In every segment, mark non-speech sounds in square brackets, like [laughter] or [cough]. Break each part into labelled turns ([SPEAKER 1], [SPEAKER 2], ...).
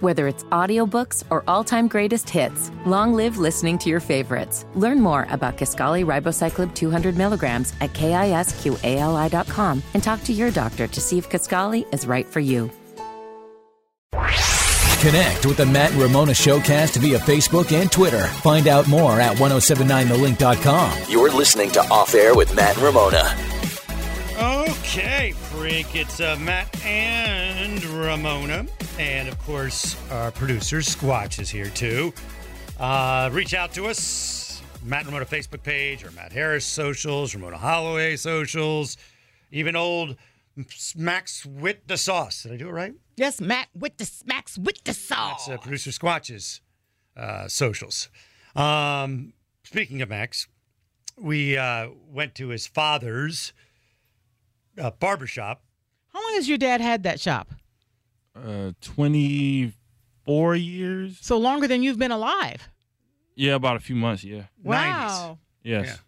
[SPEAKER 1] Whether it's audiobooks or all-time greatest hits, long live listening to your favorites. Learn more about Kaskali Ribocyclib 200 milligrams at kisqali.com and talk to your doctor to see if Kaskali is right for you.
[SPEAKER 2] Connect with the Matt and Ramona Showcast via Facebook and Twitter. Find out more at 1079thelink.com. You're listening to Off Air with Matt and Ramona.
[SPEAKER 3] Okay, freak. It's uh, Matt and Ramona. And of course, our producer, Squatch, is here too. Uh, reach out to us, Matt and Ramona Facebook page, or Matt Harris socials, Ramona Holloway socials, even old Max Wit the Sauce. Did I do it right?
[SPEAKER 4] Yes, Matt with the smacks with the sauce.
[SPEAKER 3] That's uh, producer Squatch's uh, socials. Um, speaking of Max, we uh, went to his father's uh, barbershop.
[SPEAKER 4] How long has your dad had that shop?
[SPEAKER 5] Uh, 24 years.
[SPEAKER 4] So longer than you've been alive.
[SPEAKER 5] Yeah, about a few months. Yeah.
[SPEAKER 4] Wow.
[SPEAKER 5] Yes.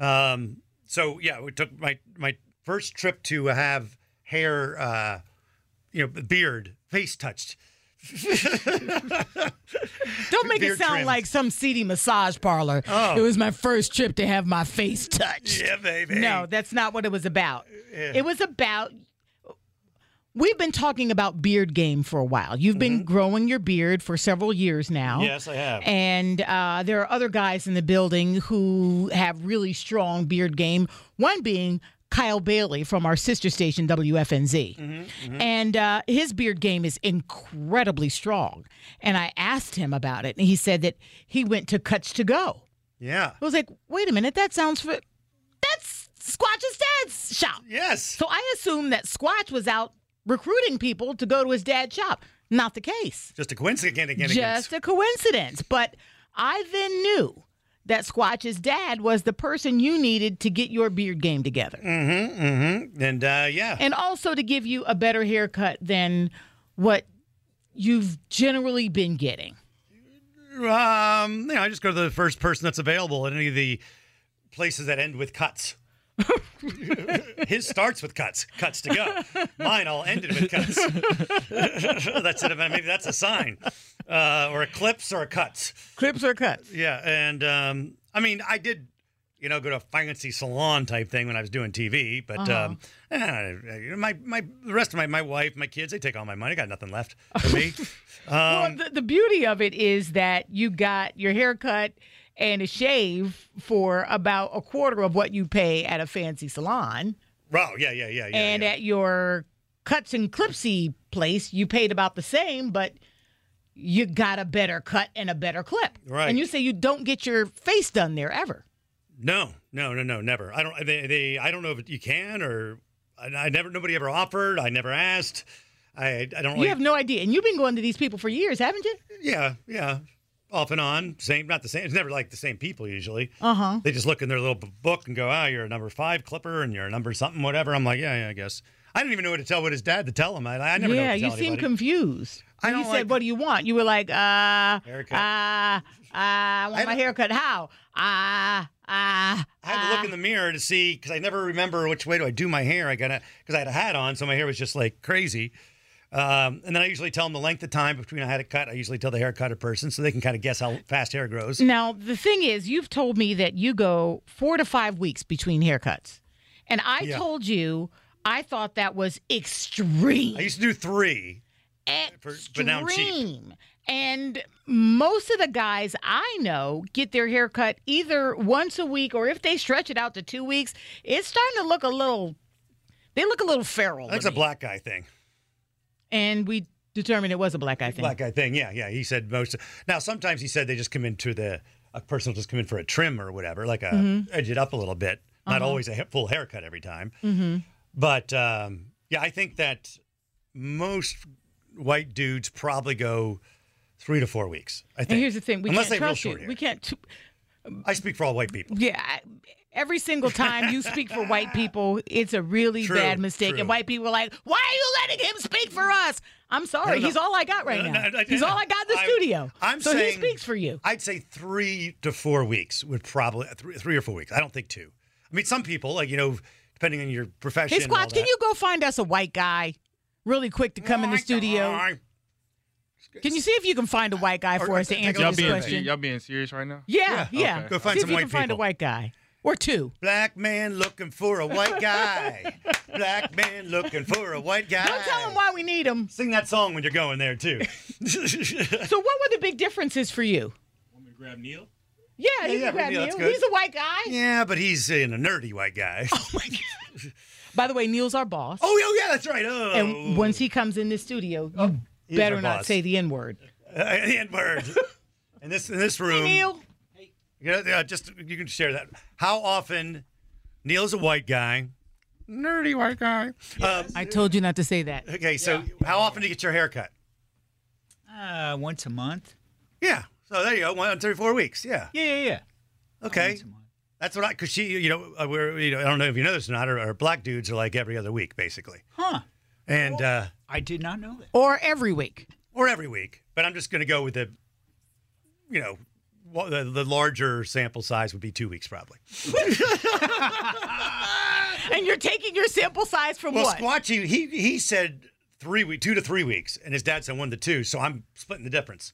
[SPEAKER 3] Um, so yeah, we took my my first trip to have hair, uh, you know, beard, face touched.
[SPEAKER 4] Don't make
[SPEAKER 3] Beard
[SPEAKER 4] it sound
[SPEAKER 3] trimmed.
[SPEAKER 4] like some seedy massage parlor.
[SPEAKER 3] Oh.
[SPEAKER 4] It was my first trip to have my face touched.
[SPEAKER 3] Yeah, baby.
[SPEAKER 4] No, that's not what it was about. It was about. We've been talking about beard game for a while. You've been growing your beard for several years now.
[SPEAKER 3] Mm-hmm. Yes, I have.
[SPEAKER 4] And uh, there are other guys in the building who have really strong beard game, one being Kyle Bailey from our sister station, WFNZ. And uh, his beard game is incredibly strong. And I asked him about it, and he said that he went to Cuts to Go.
[SPEAKER 3] yeah.
[SPEAKER 4] I was like, wait a minute, that sounds for. That's Squatch's dad's shop.
[SPEAKER 3] Yes.
[SPEAKER 4] So I assumed that Squatch was out recruiting people to go to his dad's shop. Not the case
[SPEAKER 3] Just a coincidence again, again,
[SPEAKER 4] just
[SPEAKER 3] again.
[SPEAKER 4] a coincidence. But I then knew that Squatch's dad was the person you needed to get your beard game together
[SPEAKER 3] Mm-hmm, mm-hmm. And uh, yeah.
[SPEAKER 4] and also to give you a better haircut than what you've generally been getting.
[SPEAKER 3] Um, you know, I just go to the first person that's available at any of the places that end with
[SPEAKER 4] [laughs]
[SPEAKER 3] cuts. His starts with cuts, cuts to go. Mine all ended with cuts. [laughs] that's it. Maybe that's a sign, uh, or a clips, or a cuts.
[SPEAKER 4] Clips or cuts?
[SPEAKER 3] Yeah, and um, I mean, I did, you know, go to a fancy salon type thing when I was doing TV, but
[SPEAKER 4] Uh-huh.
[SPEAKER 3] um, eh, my my the rest of my my wife, my kids, they take all my money. I got nothing left for
[SPEAKER 4] [laughs]
[SPEAKER 3] me. Um, [laughs]
[SPEAKER 4] well, the, the beauty of it is that you got your haircut and a shave for about a quarter of what you pay at a fancy salon.
[SPEAKER 3] Wow. Yeah. Yeah. Yeah. Yeah.
[SPEAKER 4] and
[SPEAKER 3] yeah.
[SPEAKER 4] at your cuts and clipsy place, you paid about the same, but you got a better cut and a better clip.
[SPEAKER 3] Right.
[SPEAKER 4] And you say you don't get your face done there ever.
[SPEAKER 3] No, no, no, no, never. I don't. They, they I don't know if you can or I, I never. Nobody ever offered. I never asked. I, I don't.
[SPEAKER 4] You
[SPEAKER 3] really-
[SPEAKER 4] have no idea. And you've been going to these people for years, haven't you?
[SPEAKER 3] yeah, yeah. Off and on, same. Not the same. It's never like the same people usually.
[SPEAKER 4] Uh huh.
[SPEAKER 3] They just look in their little b- book and go, "Ah, you're a number five clipper, and you're a number something, whatever." I'm like, "Yeah, yeah, I guess." I didn't even know what to tell what his dad to tell him. I, I never know.
[SPEAKER 4] Yeah,
[SPEAKER 3] What to
[SPEAKER 4] you
[SPEAKER 3] tell
[SPEAKER 4] seem
[SPEAKER 3] anybody.
[SPEAKER 4] confused.
[SPEAKER 3] I
[SPEAKER 4] When you
[SPEAKER 3] don't
[SPEAKER 4] said,
[SPEAKER 3] like-
[SPEAKER 4] What do you want? You were like, uh, uh,
[SPEAKER 3] Haircut.
[SPEAKER 4] uh, I want
[SPEAKER 3] I
[SPEAKER 4] my
[SPEAKER 3] don't-
[SPEAKER 4] haircut. How? Uh, uh,
[SPEAKER 3] I had to look
[SPEAKER 4] uh.
[SPEAKER 3] in the mirror to see because I never remember which way do I do my hair. I gotta because I had a hat on, so my hair was just like crazy. Um, and then I usually tell them the length of time between I had a cut. I usually tell the haircutter person so they can kind of guess how fast hair grows.
[SPEAKER 4] Now, the thing is, you've told me that you go four to five weeks between haircuts. And I
[SPEAKER 3] Yeah.
[SPEAKER 4] told you I thought that was extreme.
[SPEAKER 3] I used to do three. for- but now I'm cheap.
[SPEAKER 4] extreme. And most of the guys I know get their haircut either once a week or if they stretch it out to two weeks, it's starting to look a little, they look a little feral. to
[SPEAKER 3] That's a
[SPEAKER 4] me.
[SPEAKER 3] black guy thing.
[SPEAKER 4] and we determined it was a black guy thing.
[SPEAKER 3] Black guy thing. Yeah, yeah. He said most. Now sometimes he said they just come into the a person will just come in for a trim or whatever, like a
[SPEAKER 4] Mm-hmm.
[SPEAKER 3] edge it up a little bit. Not
[SPEAKER 4] Uh-huh.
[SPEAKER 3] always a ha- full haircut every time.
[SPEAKER 4] Mm-hmm.
[SPEAKER 3] But um, yeah, I think that most white dudes probably go three to four weeks. I think.
[SPEAKER 4] And here's the thing we
[SPEAKER 3] Unless
[SPEAKER 4] can't
[SPEAKER 3] they have real
[SPEAKER 4] trust
[SPEAKER 3] short
[SPEAKER 4] you.
[SPEAKER 3] hair.
[SPEAKER 4] We can't. T-
[SPEAKER 3] I speak for all white people.
[SPEAKER 4] Yeah. I- Every single time you speak for white people, it's a really
[SPEAKER 3] True,
[SPEAKER 4] bad mistake.
[SPEAKER 3] true.
[SPEAKER 4] And white people are like, why are you letting him speak for us? I'm
[SPEAKER 3] No,
[SPEAKER 4] sorry.
[SPEAKER 3] no.
[SPEAKER 4] He's all I got right
[SPEAKER 3] No,
[SPEAKER 4] now.
[SPEAKER 3] no, I-
[SPEAKER 4] he's all I got in the
[SPEAKER 3] I-
[SPEAKER 4] studio.
[SPEAKER 3] I'm
[SPEAKER 4] so
[SPEAKER 3] saying-
[SPEAKER 4] he speaks for you.
[SPEAKER 3] I'd say three to four weeks would probably three, three or four weeks. I don't think two. I mean, some people like you know, depending on your profession.
[SPEAKER 4] Hey,
[SPEAKER 3] and all
[SPEAKER 4] Squatch, can
[SPEAKER 3] that.
[SPEAKER 4] you go find us a white guy really quick to come in the studio?
[SPEAKER 3] It's
[SPEAKER 4] Can you see if you can find a white guy
[SPEAKER 3] Or-
[SPEAKER 4] for us to
[SPEAKER 3] take a
[SPEAKER 4] answer
[SPEAKER 5] Y'all
[SPEAKER 4] this
[SPEAKER 3] look at
[SPEAKER 5] being
[SPEAKER 3] it.
[SPEAKER 4] question?
[SPEAKER 5] y'all being serious right now?
[SPEAKER 4] Yeah,
[SPEAKER 3] Yeah,
[SPEAKER 4] yeah.
[SPEAKER 5] okay. Go
[SPEAKER 3] find
[SPEAKER 4] see
[SPEAKER 3] some
[SPEAKER 4] if you
[SPEAKER 3] white
[SPEAKER 4] can find a
[SPEAKER 3] people.
[SPEAKER 4] white guy or two.
[SPEAKER 3] Black man looking for a white guy. Black man looking for a white guy.
[SPEAKER 4] Don't tell them why we need them.
[SPEAKER 3] Sing that song when you're going there
[SPEAKER 4] [laughs]
[SPEAKER 3] too.
[SPEAKER 4] So, what were the big differences for you?
[SPEAKER 5] Want me to grab Neil?
[SPEAKER 4] Yeah, you
[SPEAKER 3] yeah,
[SPEAKER 4] can grab
[SPEAKER 3] yeah, that's
[SPEAKER 4] Neil.
[SPEAKER 3] good.
[SPEAKER 4] He's a white guy.
[SPEAKER 3] yeah, but he's in a nerdy white guy. Oh,
[SPEAKER 4] By the way, Neil's our boss.
[SPEAKER 3] oh yeah, that's right. Oh.
[SPEAKER 4] And once he comes in the studio, you
[SPEAKER 3] he's
[SPEAKER 4] better
[SPEAKER 3] our
[SPEAKER 4] not
[SPEAKER 3] boss.
[SPEAKER 4] say the N word.
[SPEAKER 3] [laughs] the N word. Oh, in this in this room.
[SPEAKER 4] Neil,
[SPEAKER 3] Yeah, yeah, just you can share that. How often Neil's a white guy, nerdy white guy. Um,
[SPEAKER 4] I told you not to say that.
[SPEAKER 3] okay, so how often do you get your hair cut?
[SPEAKER 6] Uh, once a month.
[SPEAKER 3] Yeah. So there you go. One every four weeks. Yeah.
[SPEAKER 6] Yeah, yeah, yeah.
[SPEAKER 3] Okay.
[SPEAKER 6] Once a month.
[SPEAKER 3] That's what I because she you know uh, we're you know I don't know if you know this or not. Our, our black dudes are like every other week basically,
[SPEAKER 6] Huh.
[SPEAKER 3] and uh,
[SPEAKER 6] I did not know that.
[SPEAKER 4] Or every week.
[SPEAKER 3] or every week. But I'm just gonna go with the, you know, wha- the, the larger sample size would be two weeks probably.
[SPEAKER 4] And you're taking your sample size from
[SPEAKER 3] Well,
[SPEAKER 4] what?
[SPEAKER 3] Squatchy, he he said three week, two to three weeks, and his dad said one to two. So I'm splitting the difference.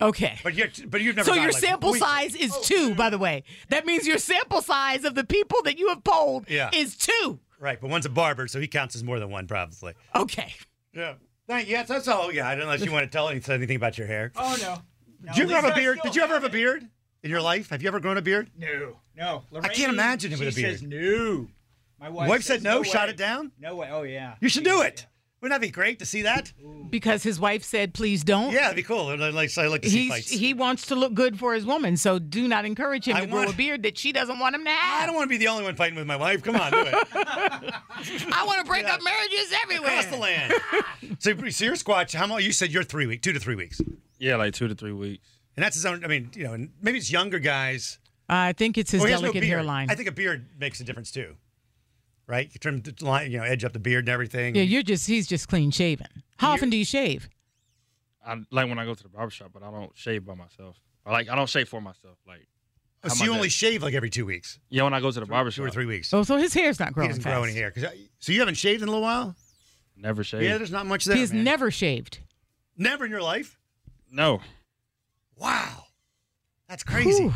[SPEAKER 4] okay.
[SPEAKER 3] But you but you've never.
[SPEAKER 4] So
[SPEAKER 3] gone,
[SPEAKER 4] your
[SPEAKER 3] like, Oh.
[SPEAKER 4] sample
[SPEAKER 3] weekly.
[SPEAKER 4] size is two, by the way. That means your sample size of the people that you have polled
[SPEAKER 3] Yeah.
[SPEAKER 4] is two.
[SPEAKER 3] right? But one's a barber, so he counts as more than one probably.
[SPEAKER 4] Okay.
[SPEAKER 3] Yeah. Thank yes, that's all. Yeah, unless you want to tell anything, anything about your hair.
[SPEAKER 6] Oh no.
[SPEAKER 3] Did you ever have a beard? Did you ever have a beard in your life? Have you ever grown a beard?
[SPEAKER 6] No, no. Lorraine,
[SPEAKER 3] can't imagine him with a
[SPEAKER 6] she
[SPEAKER 3] beard.
[SPEAKER 6] Says no. My wife,
[SPEAKER 3] Wife said
[SPEAKER 6] says
[SPEAKER 3] no, shot
[SPEAKER 6] way.
[SPEAKER 3] it down?
[SPEAKER 6] No way. Oh yeah.
[SPEAKER 3] You should do it. Wouldn't that be great to see that?
[SPEAKER 4] Because his wife said, please don't.
[SPEAKER 3] Yeah, it'd be cool. And I like, I like to see
[SPEAKER 4] He's,
[SPEAKER 3] fights.
[SPEAKER 4] he wants to look good for his woman, so do not encourage him
[SPEAKER 3] I
[SPEAKER 4] to grow
[SPEAKER 3] want-
[SPEAKER 4] a beard that she doesn't want him to have.
[SPEAKER 3] I don't want to be the only one fighting with my wife. Come on, do
[SPEAKER 4] [laughs]
[SPEAKER 3] it.
[SPEAKER 4] I want to break up marriages
[SPEAKER 3] Across the
[SPEAKER 4] everywhere.
[SPEAKER 3] land. so, so your squatch, how long? You said you're three weeks, two to three weeks. And
[SPEAKER 5] Yeah, like two to three weeks.
[SPEAKER 3] that's his own, I mean, you know, and maybe it's younger guys.
[SPEAKER 4] I think it's his
[SPEAKER 3] Oh, he has no
[SPEAKER 4] delicate
[SPEAKER 3] beard.
[SPEAKER 4] hairline.
[SPEAKER 3] I think a beard makes a difference too, right? You trim the line, you know, edge up the beard and everything.
[SPEAKER 4] yeah, you're just he's just clean shaven. How often do you shave?
[SPEAKER 5] I like when I go to the barber shop, but I don't shave by myself. I like I don't shave for myself. Like
[SPEAKER 3] Oh,
[SPEAKER 5] how
[SPEAKER 3] so
[SPEAKER 5] my
[SPEAKER 3] you only
[SPEAKER 5] dad-
[SPEAKER 3] shave like every two weeks,
[SPEAKER 5] yeah, when I go to the barber
[SPEAKER 3] two or
[SPEAKER 5] shop,
[SPEAKER 3] three weeks.
[SPEAKER 4] Oh, so his hair's not
[SPEAKER 3] he
[SPEAKER 4] growing.
[SPEAKER 3] doesn't
[SPEAKER 4] fast.
[SPEAKER 3] grow any hair. 'Cause I- So you haven't shaved in a little while?
[SPEAKER 5] never shave.
[SPEAKER 3] Yeah, there's not much there.
[SPEAKER 4] He has
[SPEAKER 3] man.
[SPEAKER 4] never shaved.
[SPEAKER 3] never in your life.
[SPEAKER 5] no,
[SPEAKER 3] Wow, that's crazy.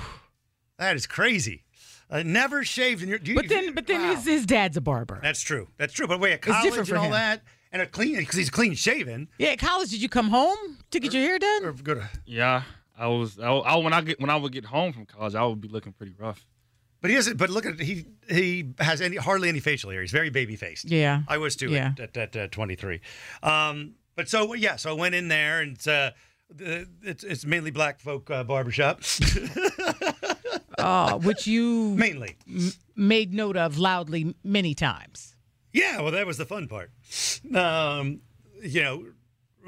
[SPEAKER 3] That is crazy. Uh, never shaved in your. Do you,
[SPEAKER 4] But then, but then
[SPEAKER 3] Wow.
[SPEAKER 4] his, his dad's a barber.
[SPEAKER 3] that's true. That's true. But wait, at college
[SPEAKER 4] different
[SPEAKER 3] and
[SPEAKER 4] for
[SPEAKER 3] all
[SPEAKER 4] him.
[SPEAKER 3] that, and a clean because he's clean shaven.
[SPEAKER 4] yeah, at college, did you come home to get your hair done?
[SPEAKER 3] Or go to-
[SPEAKER 5] yeah. I was I, I when I get when I would get home from college, I would be looking pretty rough.
[SPEAKER 3] But he doesn't. But look at he. He has any hardly any facial hair. He's very baby faced.
[SPEAKER 4] Yeah.
[SPEAKER 3] I was too
[SPEAKER 4] Yeah.
[SPEAKER 3] at, at, at uh, 23. Um, but so yeah, so I went in there and uh, the- it's it's mainly black folk uh, barbershop, [laughs]
[SPEAKER 4] Uh, which you
[SPEAKER 3] mainly.
[SPEAKER 4] made note of loudly many times.
[SPEAKER 3] Yeah, well, that was the fun part. Um, you know,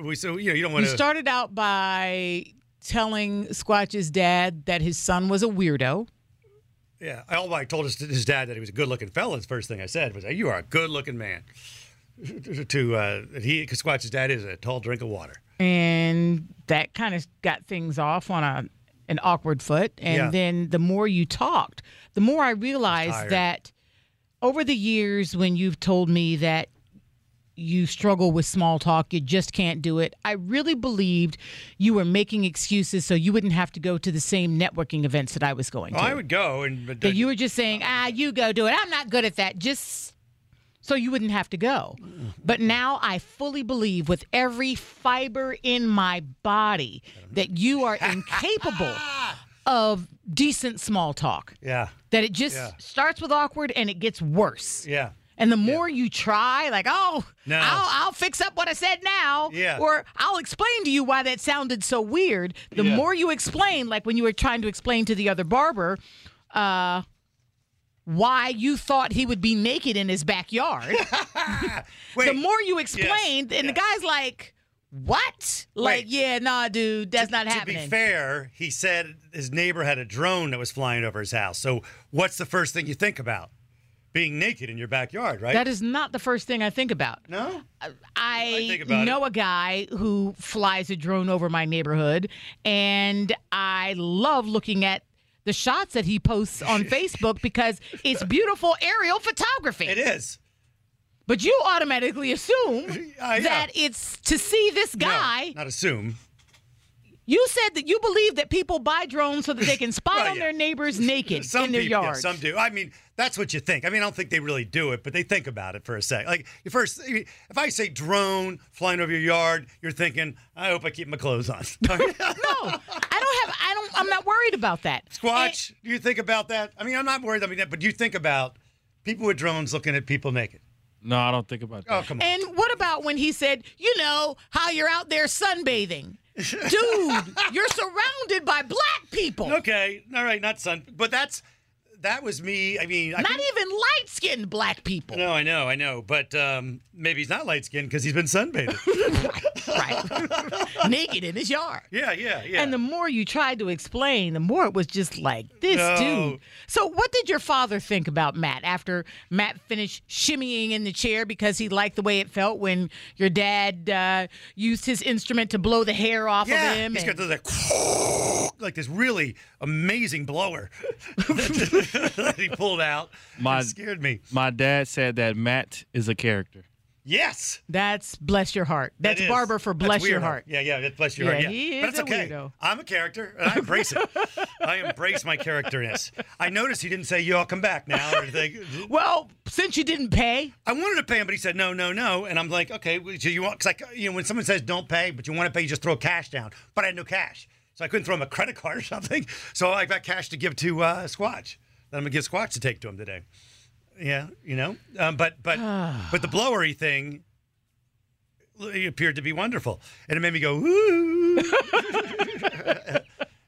[SPEAKER 3] we so you know you don't want
[SPEAKER 4] You
[SPEAKER 3] to.
[SPEAKER 4] started out by telling Squatch's dad that his son was a weirdo.
[SPEAKER 3] yeah, I all I told his, his dad that he was a good-looking fella. The first thing I said was, "You are a good-looking man." [laughs] to uh, he, because Squatch's dad is a tall drink of water.
[SPEAKER 4] and that kind of got things off on a an awkward foot and
[SPEAKER 3] Yeah.
[SPEAKER 4] then the more you talked the more i realized
[SPEAKER 3] tired.
[SPEAKER 4] that over the years when you've told me that you struggle with small talk you just can't do it i really believed you were making excuses so you wouldn't have to go to the same networking events that i was going
[SPEAKER 3] Well,
[SPEAKER 4] to
[SPEAKER 3] Oh, I would go and but
[SPEAKER 4] that you were just saying ah you go do it i'm not good at that just so you wouldn't have to go. But now I fully believe with every fiber in my body that you are incapable of decent small talk.
[SPEAKER 3] yeah,
[SPEAKER 4] That it just
[SPEAKER 3] Yeah.
[SPEAKER 4] starts with awkward and it gets worse.
[SPEAKER 3] yeah.
[SPEAKER 4] And the more you try, like, oh,
[SPEAKER 3] No.
[SPEAKER 4] I'll, I'll fix up what I said now,
[SPEAKER 3] Yeah.
[SPEAKER 4] or I'll explain to you why that sounded so weird. The
[SPEAKER 3] Yeah.
[SPEAKER 4] more you explain, like when you were trying to explain to the other barber, uh, why you thought he would be naked in his backyard,
[SPEAKER 3] [laughs] Wait,
[SPEAKER 4] the more you explained, and the guy's like, what? Like,
[SPEAKER 3] Wait.
[SPEAKER 4] yeah, nah, dude, that's not
[SPEAKER 3] to
[SPEAKER 4] happening.
[SPEAKER 3] be fair, he said his neighbor had a drone that was flying over his house. So what's the first thing you think about? Being naked in your backyard, right?
[SPEAKER 4] that is not the first thing I think about.
[SPEAKER 3] no. I
[SPEAKER 4] I
[SPEAKER 3] think about
[SPEAKER 4] know a guy who flies a drone over my neighborhood, and I love looking at the shots that
[SPEAKER 3] [laughs]
[SPEAKER 4] he posts on Facebook because it's beautiful aerial photography.
[SPEAKER 3] It is.
[SPEAKER 4] But you automatically assume
[SPEAKER 3] [laughs] yeah.
[SPEAKER 4] that it's to see this
[SPEAKER 3] No,
[SPEAKER 4] guy.
[SPEAKER 3] not assume.
[SPEAKER 4] You said that you believe that people buy drones so
[SPEAKER 3] [laughs]
[SPEAKER 4] that they can spy
[SPEAKER 3] Well,
[SPEAKER 4] on
[SPEAKER 3] yeah.
[SPEAKER 4] their neighbors naked in their
[SPEAKER 3] people, yeah,
[SPEAKER 4] yards.
[SPEAKER 3] some do. I mean, that's what you think. I mean, I don't think they really do it, but they think about it for a sec. Like you first, I mean, if I say drone flying over your yard, you're thinking, I hope I keep my clothes on. [laughs]
[SPEAKER 4] No, I don't have. I don't. I'm not worried about that.
[SPEAKER 3] Squatch, do you think about that? I mean, I'm not worried. I mean, that, but you think about people with drones looking at people naked.
[SPEAKER 5] No, I don't think about that.
[SPEAKER 3] Oh, come on.
[SPEAKER 4] And what about when he said, you know, how you're out there sunbathing? Dude, you're surrounded by black people.
[SPEAKER 3] okay, all right, not sun, but that's that was me. I mean, I
[SPEAKER 4] Not
[SPEAKER 3] couldn't-
[SPEAKER 4] even light skinned black people.
[SPEAKER 3] No, I know, I know, but um, maybe he's not light skinned because he's been
[SPEAKER 4] [laughs]
[SPEAKER 3] sunbathing. [laughs]
[SPEAKER 4] Right. Naked in his yard.
[SPEAKER 3] yeah, yeah, yeah.
[SPEAKER 4] And the more you tried to explain, the more it was just like, this
[SPEAKER 3] No.
[SPEAKER 4] dude. So, what did your father think about Matt after Matt finished shimmying in the chair because he liked the way it felt when your dad uh, used his instrument to blow the hair off
[SPEAKER 3] yeah,
[SPEAKER 4] of him?
[SPEAKER 3] he's
[SPEAKER 4] and-
[SPEAKER 3] got those like, like [laughs] this really amazing blower that he pulled out.
[SPEAKER 5] My-
[SPEAKER 3] it scared me.
[SPEAKER 5] My dad said that Matt is a character.
[SPEAKER 3] Yes.
[SPEAKER 4] That's bless your heart.
[SPEAKER 3] that
[SPEAKER 4] That's
[SPEAKER 3] is.
[SPEAKER 4] Barber for
[SPEAKER 3] That's
[SPEAKER 4] bless your
[SPEAKER 3] weirdo.
[SPEAKER 4] heart.
[SPEAKER 3] Yeah, yeah, that's bless your
[SPEAKER 4] Yeah,
[SPEAKER 3] heart. Yeah,
[SPEAKER 4] he
[SPEAKER 3] but
[SPEAKER 4] is
[SPEAKER 3] it's
[SPEAKER 4] a
[SPEAKER 3] okay.
[SPEAKER 4] weirdo.
[SPEAKER 3] I'm a character, and I embrace it.
[SPEAKER 4] [laughs]
[SPEAKER 3] I embrace my characterness. I noticed he didn't say you all come back now or anything.
[SPEAKER 4] Well, since you didn't pay,
[SPEAKER 3] I wanted to pay him, but he said no, no, no, and I'm like, okay, well, so you want? Cause like, you know, when someone says don't pay, but you want to pay, you just throw cash down. But I had no cash, so I couldn't throw him a credit card or [laughs] something. So I got cash to give to uh, Squatch. Then I'm gonna give Squatch to take to him today. Yeah, you know, um, but but but the blowery thing it appeared to be wonderful, and it made me go. Woo. [laughs]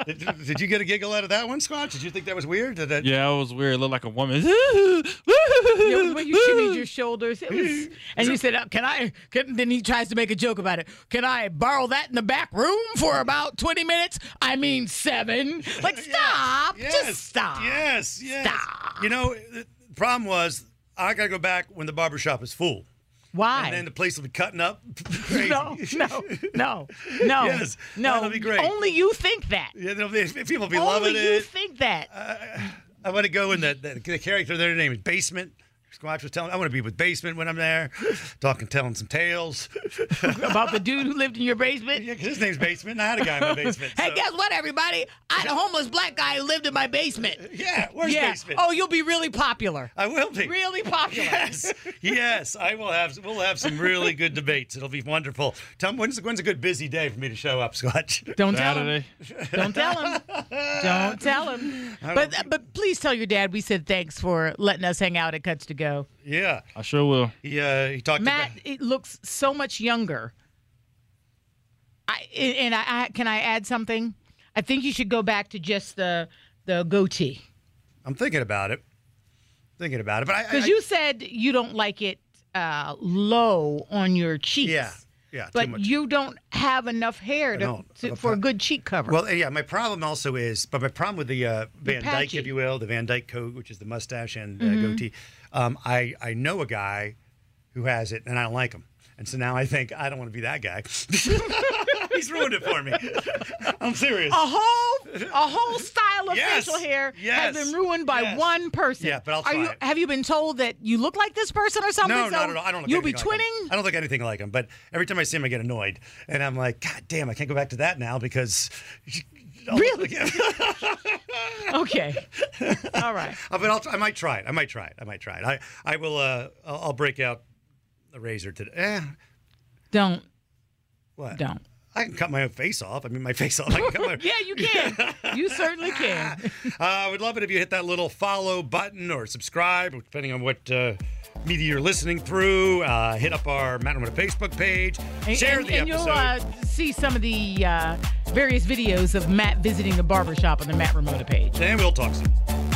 [SPEAKER 3] did, did you get a giggle out of that one, Squatch? Did you think that was weird? Did that,
[SPEAKER 5] Yeah, it was weird. It looked like a woman.
[SPEAKER 4] you know, when you shimmied
[SPEAKER 5] [laughs]
[SPEAKER 4] your shoulders, it was, and you said, uh, "Can I?" Can, then he tries to make a joke about it. Can I borrow that in the back room for about twenty minutes? I mean, seven. Like, stop! Just stop.
[SPEAKER 3] Yes, yes.
[SPEAKER 4] Stop.
[SPEAKER 3] You know, the problem was I got to go back when the barber shop is full.
[SPEAKER 4] Why?
[SPEAKER 3] And then the place will be cutting up. [laughs] Crazy.
[SPEAKER 4] [laughs] no, no, no, no,
[SPEAKER 3] Yes,
[SPEAKER 4] no.
[SPEAKER 3] that'll be great.
[SPEAKER 4] Only you think that.
[SPEAKER 3] Yeah, they'll be- people will be
[SPEAKER 4] Only
[SPEAKER 3] loving
[SPEAKER 4] you
[SPEAKER 3] it.
[SPEAKER 4] think that.
[SPEAKER 3] I want to go in the, the, the character their name is Basement. Squatch was telling I want to be with Basement when I'm
[SPEAKER 4] [laughs]
[SPEAKER 3] there, talking, telling some tales.
[SPEAKER 4] about the dude who lived in your basement.
[SPEAKER 3] yeah, 'cause his name's Basement. and I had a guy in my basement.
[SPEAKER 4] Hey,
[SPEAKER 3] so-
[SPEAKER 4] guess what, everybody? I had a homeless black guy who lived in my basement.
[SPEAKER 3] Yeah, where's
[SPEAKER 4] Yeah.
[SPEAKER 3] Basement?
[SPEAKER 4] Oh, you'll be really popular.
[SPEAKER 3] I will be.
[SPEAKER 4] Really popular.
[SPEAKER 3] Yes, [laughs] yes, I will have. We'll have some really good debates. It'll be wonderful. Tell me when's, when's a good busy day for me to show up, Squatch? [laughs]
[SPEAKER 4] Don't tell him.
[SPEAKER 5] Saturday.
[SPEAKER 4] Don't tell him. Don't tell him. But but please tell your dad we said thanks for letting us hang out at Cuts to Go.
[SPEAKER 3] Yeah,
[SPEAKER 5] I sure will.
[SPEAKER 3] he uh, he talked
[SPEAKER 4] Matt
[SPEAKER 3] about.
[SPEAKER 4] it looks so much younger. I and I, I can I add something? I think you should go back to just the the goatee.
[SPEAKER 3] I'm thinking about it, thinking about it. But I, I
[SPEAKER 4] Because you said you don't like it uh, low on your cheeks.
[SPEAKER 3] yeah, yeah, too
[SPEAKER 4] But
[SPEAKER 3] much.
[SPEAKER 4] you don't have enough hair to,
[SPEAKER 3] don't.
[SPEAKER 4] to, for a good cheek cover.
[SPEAKER 3] well, yeah. My problem also is, but my problem with the uh, Van Dyke,
[SPEAKER 4] patchy. Mm-hmm.
[SPEAKER 3] if you will, the Van Dyke coat, which is the mustache and uh, goatee. Um, I I know a guy who has it, and I don't like him. And so now I think I don't want to be that guy. [laughs] He's ruined it for me. [laughs] I'm serious.
[SPEAKER 4] a whole a
[SPEAKER 3] [laughs]
[SPEAKER 4] whole style of
[SPEAKER 3] Yes.
[SPEAKER 4] facial hair
[SPEAKER 3] Yes.
[SPEAKER 4] has been ruined by
[SPEAKER 3] Yes.
[SPEAKER 4] one person.
[SPEAKER 3] Yeah, but I'll
[SPEAKER 4] Are
[SPEAKER 3] try
[SPEAKER 4] you,
[SPEAKER 3] it.
[SPEAKER 4] Have you been told that you look like this person or something?
[SPEAKER 3] No,
[SPEAKER 4] so
[SPEAKER 3] not at all. I don't look
[SPEAKER 4] You'll be
[SPEAKER 3] anything like him.
[SPEAKER 4] twinning.
[SPEAKER 3] I don't look anything like him, but every time I see him, I get annoyed. And I'm like, God damn, I can't go back to that now because. [laughs]
[SPEAKER 4] Really?
[SPEAKER 3] [laughs]
[SPEAKER 4] Okay. all right.
[SPEAKER 3] Uh, but I'll, I might try it. I might try it. I might try it. I, I will. Uh, I'll, I'll break out a razor today. Eh,
[SPEAKER 4] Don't
[SPEAKER 3] what? [laughs]
[SPEAKER 4] don't.
[SPEAKER 3] I can cut my own face off. I mean, my [laughs] face off. I can cut
[SPEAKER 4] [laughs]
[SPEAKER 3] my.
[SPEAKER 4] Yeah, you can. you certainly can.
[SPEAKER 3] Uh, I would love it if you hit that little follow button or subscribe, depending on what uh, media you're listening through. Uh, hit up our Matt and Ramona Facebook page.
[SPEAKER 4] And-
[SPEAKER 3] share
[SPEAKER 4] and,
[SPEAKER 3] the
[SPEAKER 4] and
[SPEAKER 3] episode.
[SPEAKER 4] you'll uh, see some of the uh, various videos of Matt visiting the barbershop on the Matt Ramona page.
[SPEAKER 3] and we'll talk soon.